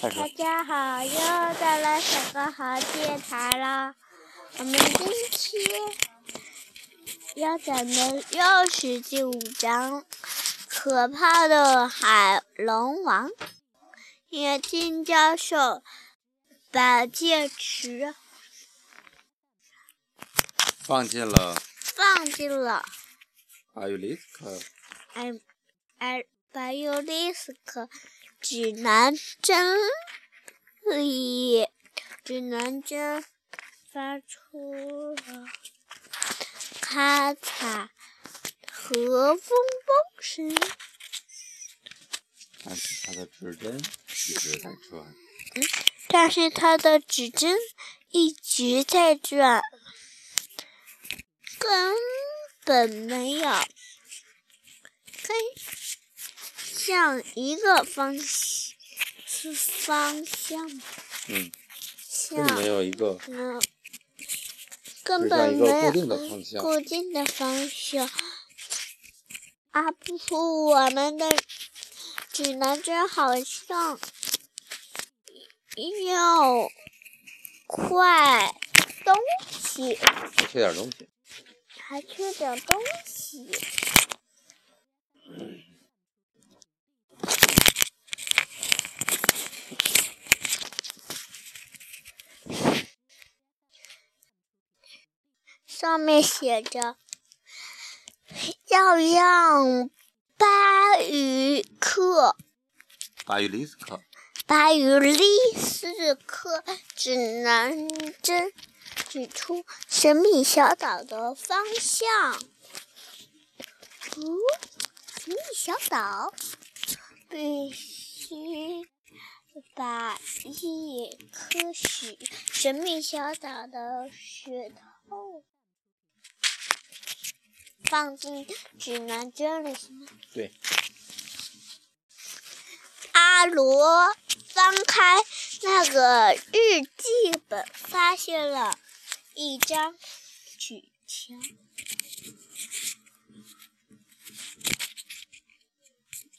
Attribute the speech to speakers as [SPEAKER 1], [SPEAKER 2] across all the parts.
[SPEAKER 1] 开始
[SPEAKER 2] 大家好，又到了小歌猴电台了。我们今天要讲的又是第五章《可怕的海龙王》。野金教授把戒指
[SPEAKER 1] 放进了
[SPEAKER 2] 放进了
[SPEAKER 1] 阿尤里斯克
[SPEAKER 2] 艾艾白尤利斯克指南针里，指南针发出了咔嚓和嗡嗡声。
[SPEAKER 1] 但是他的指针一直在转。
[SPEAKER 2] 但是它的指针一直在转，根本没有飞向一个方向是方向
[SPEAKER 1] 嗯，
[SPEAKER 2] 向
[SPEAKER 1] 并没有一个
[SPEAKER 2] 嗯，根本没有
[SPEAKER 1] 指向一个固定的方向
[SPEAKER 2] 固定的方向。啊不，我们的指南针好像有块东西，
[SPEAKER 1] 缺点东西。
[SPEAKER 2] 还缺点东西。上面写着“要让巴于克
[SPEAKER 1] 阿尤里斯克
[SPEAKER 2] 巴于利斯克指南针指出神秘小岛的方向。哦，神秘小岛必须把一颗石神秘小岛的石头放进指南针里，行吗？
[SPEAKER 1] 对，
[SPEAKER 2] 阿罗翻开那个日记本，发现了一张纸条。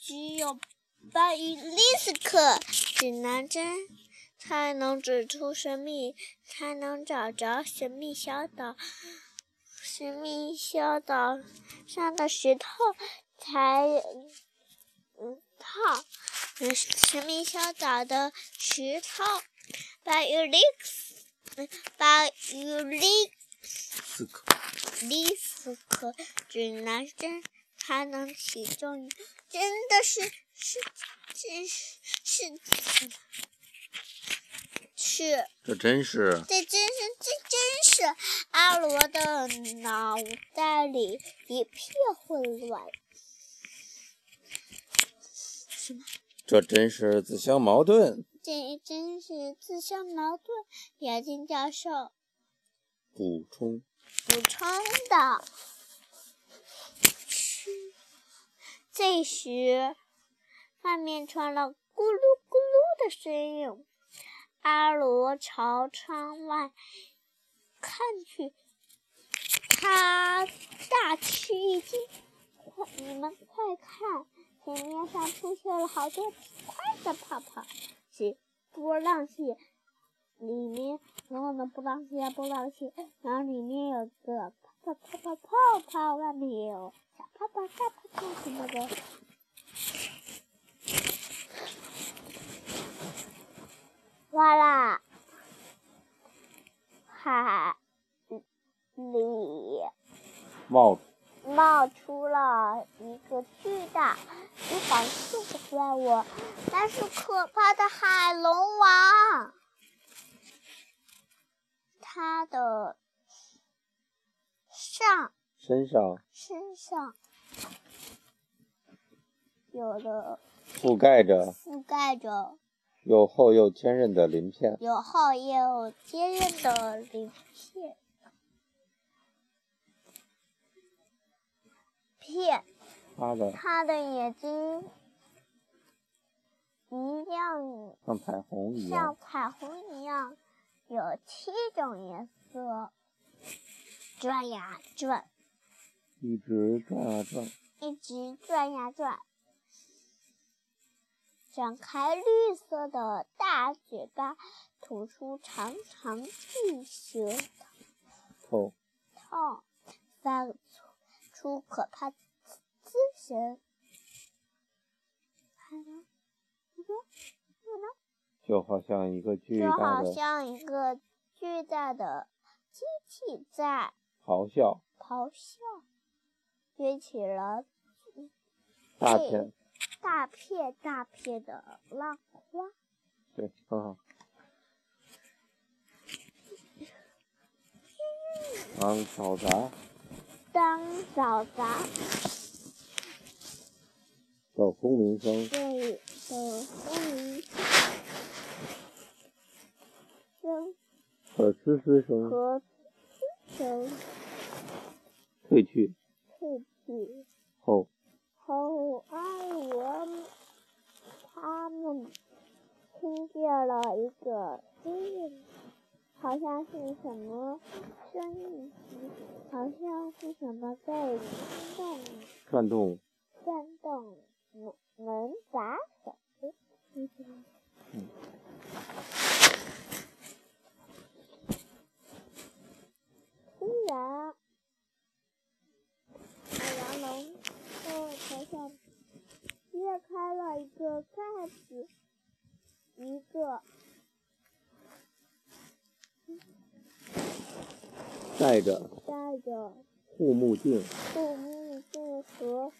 [SPEAKER 2] 只有巴伊利斯克指南针才能指出神秘，才能找着神秘小岛。神秘小岛上的石头才嗯套。呃神秘小岛的石头，把 Ulix，把 Ulix
[SPEAKER 1] 斯克
[SPEAKER 2] 斯克指南针它能起作用，真的是是是是是，
[SPEAKER 1] 这真是
[SPEAKER 2] 这真是这真是阿罗的脑袋里一片混乱。
[SPEAKER 1] 这真是自相矛盾。
[SPEAKER 2] 这真是自相矛盾。雅金教授
[SPEAKER 1] 补充
[SPEAKER 2] 补充的。这时，外面传来咕噜咕噜的声音。阿罗朝窗外看去，他大吃一惊：“快，你们快看，水面上出现了好多快的泡泡，是波浪蟹。”里面，然后呢，波浪蟹，波浪蟹，然后里面有个泡泡泡泡泡泡，外面也有小泡泡、大泡泡什么的。哇啦，海里
[SPEAKER 1] 冒
[SPEAKER 2] 冒出了一个巨大、一百四的怪物，那是可怕的海龙王。它的上
[SPEAKER 1] 身上
[SPEAKER 2] 身上有的
[SPEAKER 1] 覆盖着
[SPEAKER 2] 覆盖着
[SPEAKER 1] 又厚又坚韧的鳞片。
[SPEAKER 2] 有厚也有坚韧的鳞片片。
[SPEAKER 1] 他的
[SPEAKER 2] 他的眼睛一样
[SPEAKER 1] 像彩虹一
[SPEAKER 2] 像
[SPEAKER 1] 样，
[SPEAKER 2] 彩虹一样，有七种颜色，转呀转，
[SPEAKER 1] 一直转啊转。
[SPEAKER 2] 一直转呀转。展开绿色的大嘴巴，吐出长长巨舌
[SPEAKER 1] 头
[SPEAKER 2] 套，发出出可怕的滋声。还有呢？还有还有呢？
[SPEAKER 1] 就好像一个巨
[SPEAKER 2] 就
[SPEAKER 1] 大
[SPEAKER 2] 好
[SPEAKER 1] 的
[SPEAKER 2] 像一个巨大的机器在
[SPEAKER 1] 咆哮，
[SPEAKER 2] 咆哮，撅起了
[SPEAKER 1] 大
[SPEAKER 2] 对
[SPEAKER 1] 片
[SPEAKER 2] 大片大片的浪花。
[SPEAKER 1] 对，很好。当嘈杂
[SPEAKER 2] 当嘈杂
[SPEAKER 1] 的轰鸣声
[SPEAKER 2] 对的轰鸣声
[SPEAKER 1] 和嘶嘶声
[SPEAKER 2] 和声
[SPEAKER 1] 退去
[SPEAKER 2] 退去
[SPEAKER 1] 后，
[SPEAKER 2] 后，安罗他们听见了一个声音，好像是什么声音，好像是什么在动
[SPEAKER 1] 转动
[SPEAKER 2] 转动门门把手。嗯突然，海洋龙在头上裂开了一个盖子，一个
[SPEAKER 1] 戴着
[SPEAKER 2] 戴着
[SPEAKER 1] 护目镜
[SPEAKER 2] 护目镜和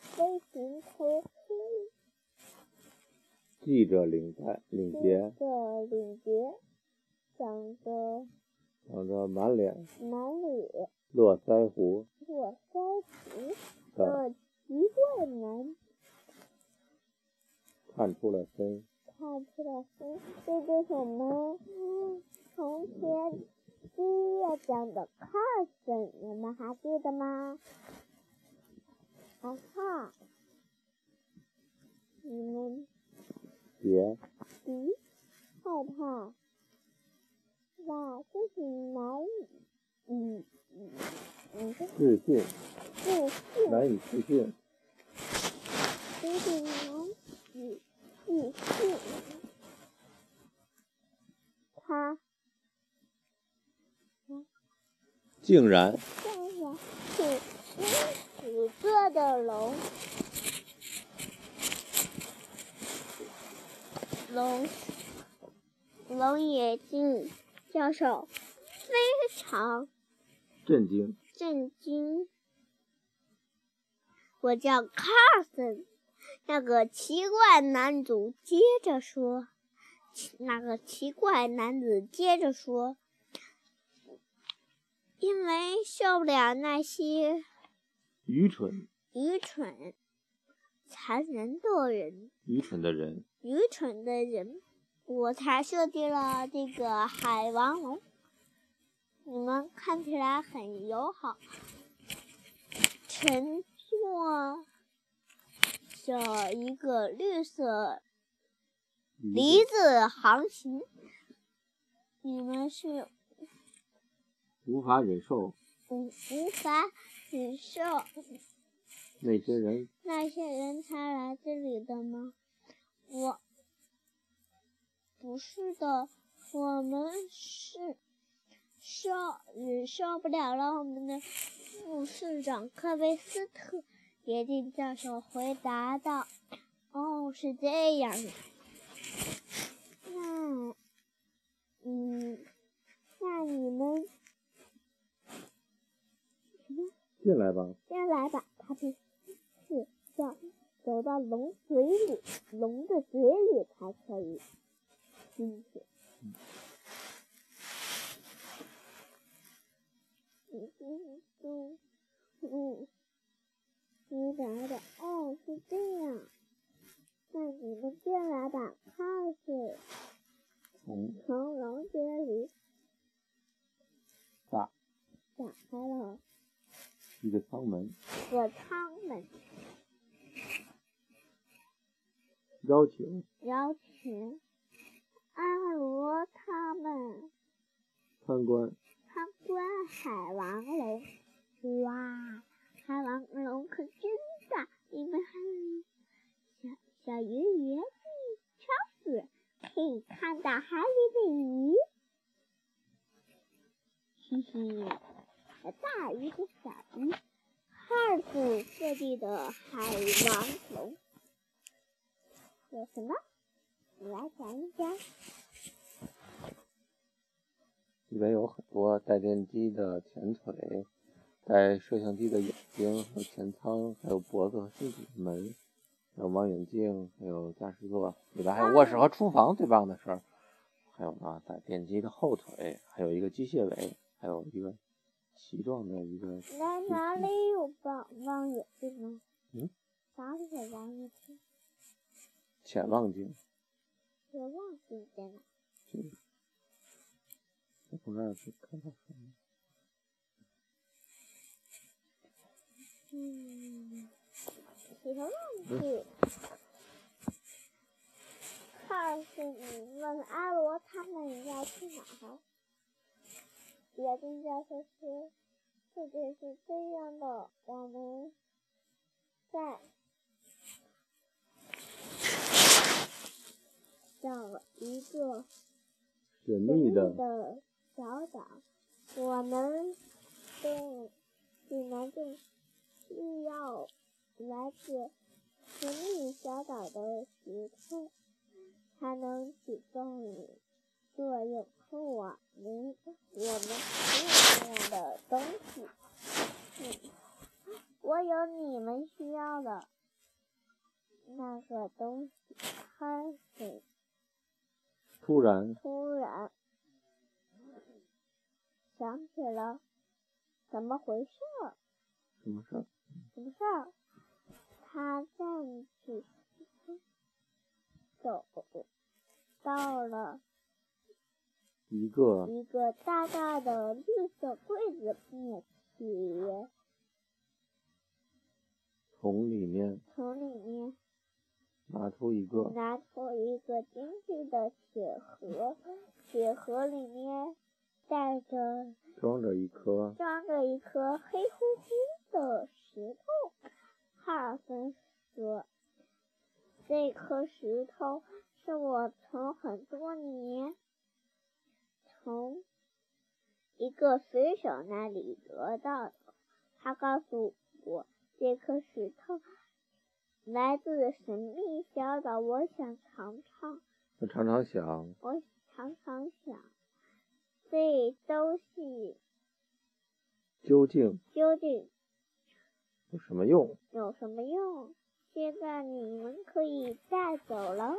[SPEAKER 2] 飞行头盔
[SPEAKER 1] 系着领带领结，
[SPEAKER 2] 的领结，长着
[SPEAKER 1] 长着满脸
[SPEAKER 2] 满脸
[SPEAKER 1] 络腮胡
[SPEAKER 2] 络腮胡
[SPEAKER 1] 的
[SPEAKER 2] 的奇怪男
[SPEAKER 1] 探出了身，
[SPEAKER 2] 看出来，嗯，这就是我们嗯从前第一页讲的 Carson，你们还记得吗？啊哈，你们
[SPEAKER 1] 别
[SPEAKER 2] 别害怕，哇，这是难以嗯嗯嗯，这
[SPEAKER 1] 置信，
[SPEAKER 2] 这是
[SPEAKER 1] 难以置信，
[SPEAKER 2] 这是难以置信，他。
[SPEAKER 1] 竟然
[SPEAKER 2] 正是土金土做的龙，龙龙眼镜教授非常
[SPEAKER 1] 震惊。
[SPEAKER 2] 震惊。我叫卡尔森，那个奇怪男主接着说，奇那个奇怪男子接着说，因为受不了那些
[SPEAKER 1] 愚蠢、
[SPEAKER 2] 愚蠢、残忍的人，
[SPEAKER 1] 愚蠢的人，
[SPEAKER 2] 愚蠢的人，我才设计了这个海王龙。你们看起来很友好，乘坐着一个绿色
[SPEAKER 1] 愚
[SPEAKER 2] 梨子航行。你们是
[SPEAKER 1] 无法忍受
[SPEAKER 2] 无无法忍受
[SPEAKER 1] 那些人
[SPEAKER 2] 那些人才来这里的吗？我不是的，我们是受忍受不了了。我们的副市长科维斯特野地教授回答道：“哦，是这样的。那，嗯，那你们
[SPEAKER 1] 进来吧，
[SPEAKER 2] 先来把它们是要走到龙嘴里，龙的嘴里才可以进去。嗯嗯嗯嗯，你来的哦，是这样。那你们进来吧，开始
[SPEAKER 1] 从
[SPEAKER 2] 从龙嘴里
[SPEAKER 1] 大
[SPEAKER 2] 打开了
[SPEAKER 1] 一个舱门，
[SPEAKER 2] 我舱门，
[SPEAKER 1] 邀请
[SPEAKER 2] 邀请阿罗他们。
[SPEAKER 1] 参观
[SPEAKER 2] 参观海王龙，哇，海王龙可真大！里面还有小小鱼爷可以看到海里的鱼。嘿嘿，大鱼和小鱼，二组各地的海王龙有什么？你来讲一讲。
[SPEAKER 1] 里面有很多带电机的前腿、带摄像机的眼睛和前舱，还有脖子和身体的门，还有望远镜，还有驾驶座，里边还有卧室和厨房，最棒的是，还有呢带电机的后腿，还有一个机械尾，还有一个鳍状的一个
[SPEAKER 2] 那哪里有望望远镜吗？
[SPEAKER 1] 嗯，
[SPEAKER 2] 哪里有望远镜？
[SPEAKER 1] 潜望镜。
[SPEAKER 2] 我忘记在哪。
[SPEAKER 1] 我不知道是看到什么。
[SPEAKER 2] 嗯，你都忘记。告诉你问阿罗他们要去哪儿？野丁教授说，事情是这样的，我们在找一个
[SPEAKER 1] 神
[SPEAKER 2] 神秘
[SPEAKER 1] 秘的
[SPEAKER 2] 的小岛，我们对指南针需要来自神秘小岛的时空，才能起动作用。可我们我们没有这样的东西，嗯，我有你们需要的那个东西。开始
[SPEAKER 1] 突然
[SPEAKER 2] 突然想起了怎么回事儿，
[SPEAKER 1] 什么事儿？
[SPEAKER 2] 什么事儿？他站起身走到了
[SPEAKER 1] 一个
[SPEAKER 2] 一个大大的绿色柜子面前，
[SPEAKER 1] 从里面
[SPEAKER 2] 从里面
[SPEAKER 1] 拿出一个
[SPEAKER 2] 拿出一个精致的铁盒，铁盒里面带着
[SPEAKER 1] 装着一颗
[SPEAKER 2] 装着一颗黑乎乎的石头。哈尔森说：“这颗石头是我从很多年从一个水手那里得到的。他告诉我，这颗石头来自神秘小岛。我想尝尝。”
[SPEAKER 1] 我常常想，
[SPEAKER 2] 我常常想，这都是
[SPEAKER 1] 究竟
[SPEAKER 2] 究竟
[SPEAKER 1] 有什么用？
[SPEAKER 2] 有什么用？现在你们可以带走了。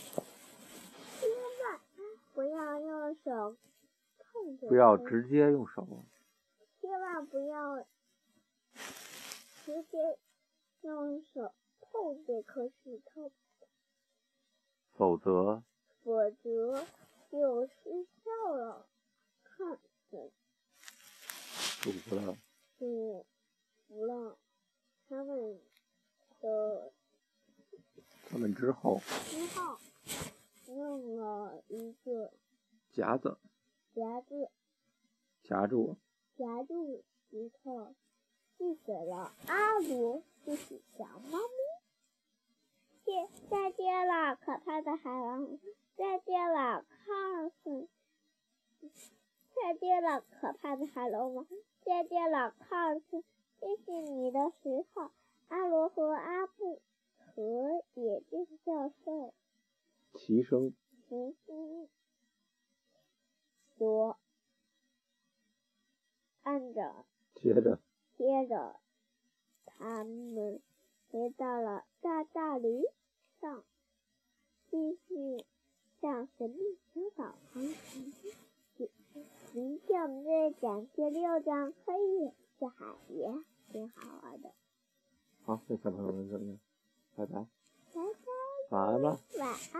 [SPEAKER 2] 千万不要用手碰着，
[SPEAKER 1] 不要，直接用手，
[SPEAKER 2] 千万不要直接用手碰这颗石头，
[SPEAKER 1] 否则
[SPEAKER 2] 否则就失效了。看着。
[SPEAKER 1] 煮不了。
[SPEAKER 2] 就不让他们的
[SPEAKER 1] 他们之后
[SPEAKER 2] 之后用了一个
[SPEAKER 1] 夹子
[SPEAKER 2] 夹子
[SPEAKER 1] 夹住
[SPEAKER 2] 夹住石头，气死了阿罗，就是小猫咪。见再见了，可怕的海王！再见了，卡尔森！再见了，可怕的海龙王！再见了，卡尔森！这是你的石头，阿罗和阿布和野丁教授
[SPEAKER 1] 齐声
[SPEAKER 2] 齐心说，按着。
[SPEAKER 1] 接着
[SPEAKER 2] 接着，他们回到了大大驴上，继续向神秘小岛航行。明天我们再讲第六章黑夜之海也挺好玩的。
[SPEAKER 1] 好，那小朋友们怎么样？拜拜，
[SPEAKER 2] 拜拜，
[SPEAKER 1] 晚安吧。
[SPEAKER 2] 晚安。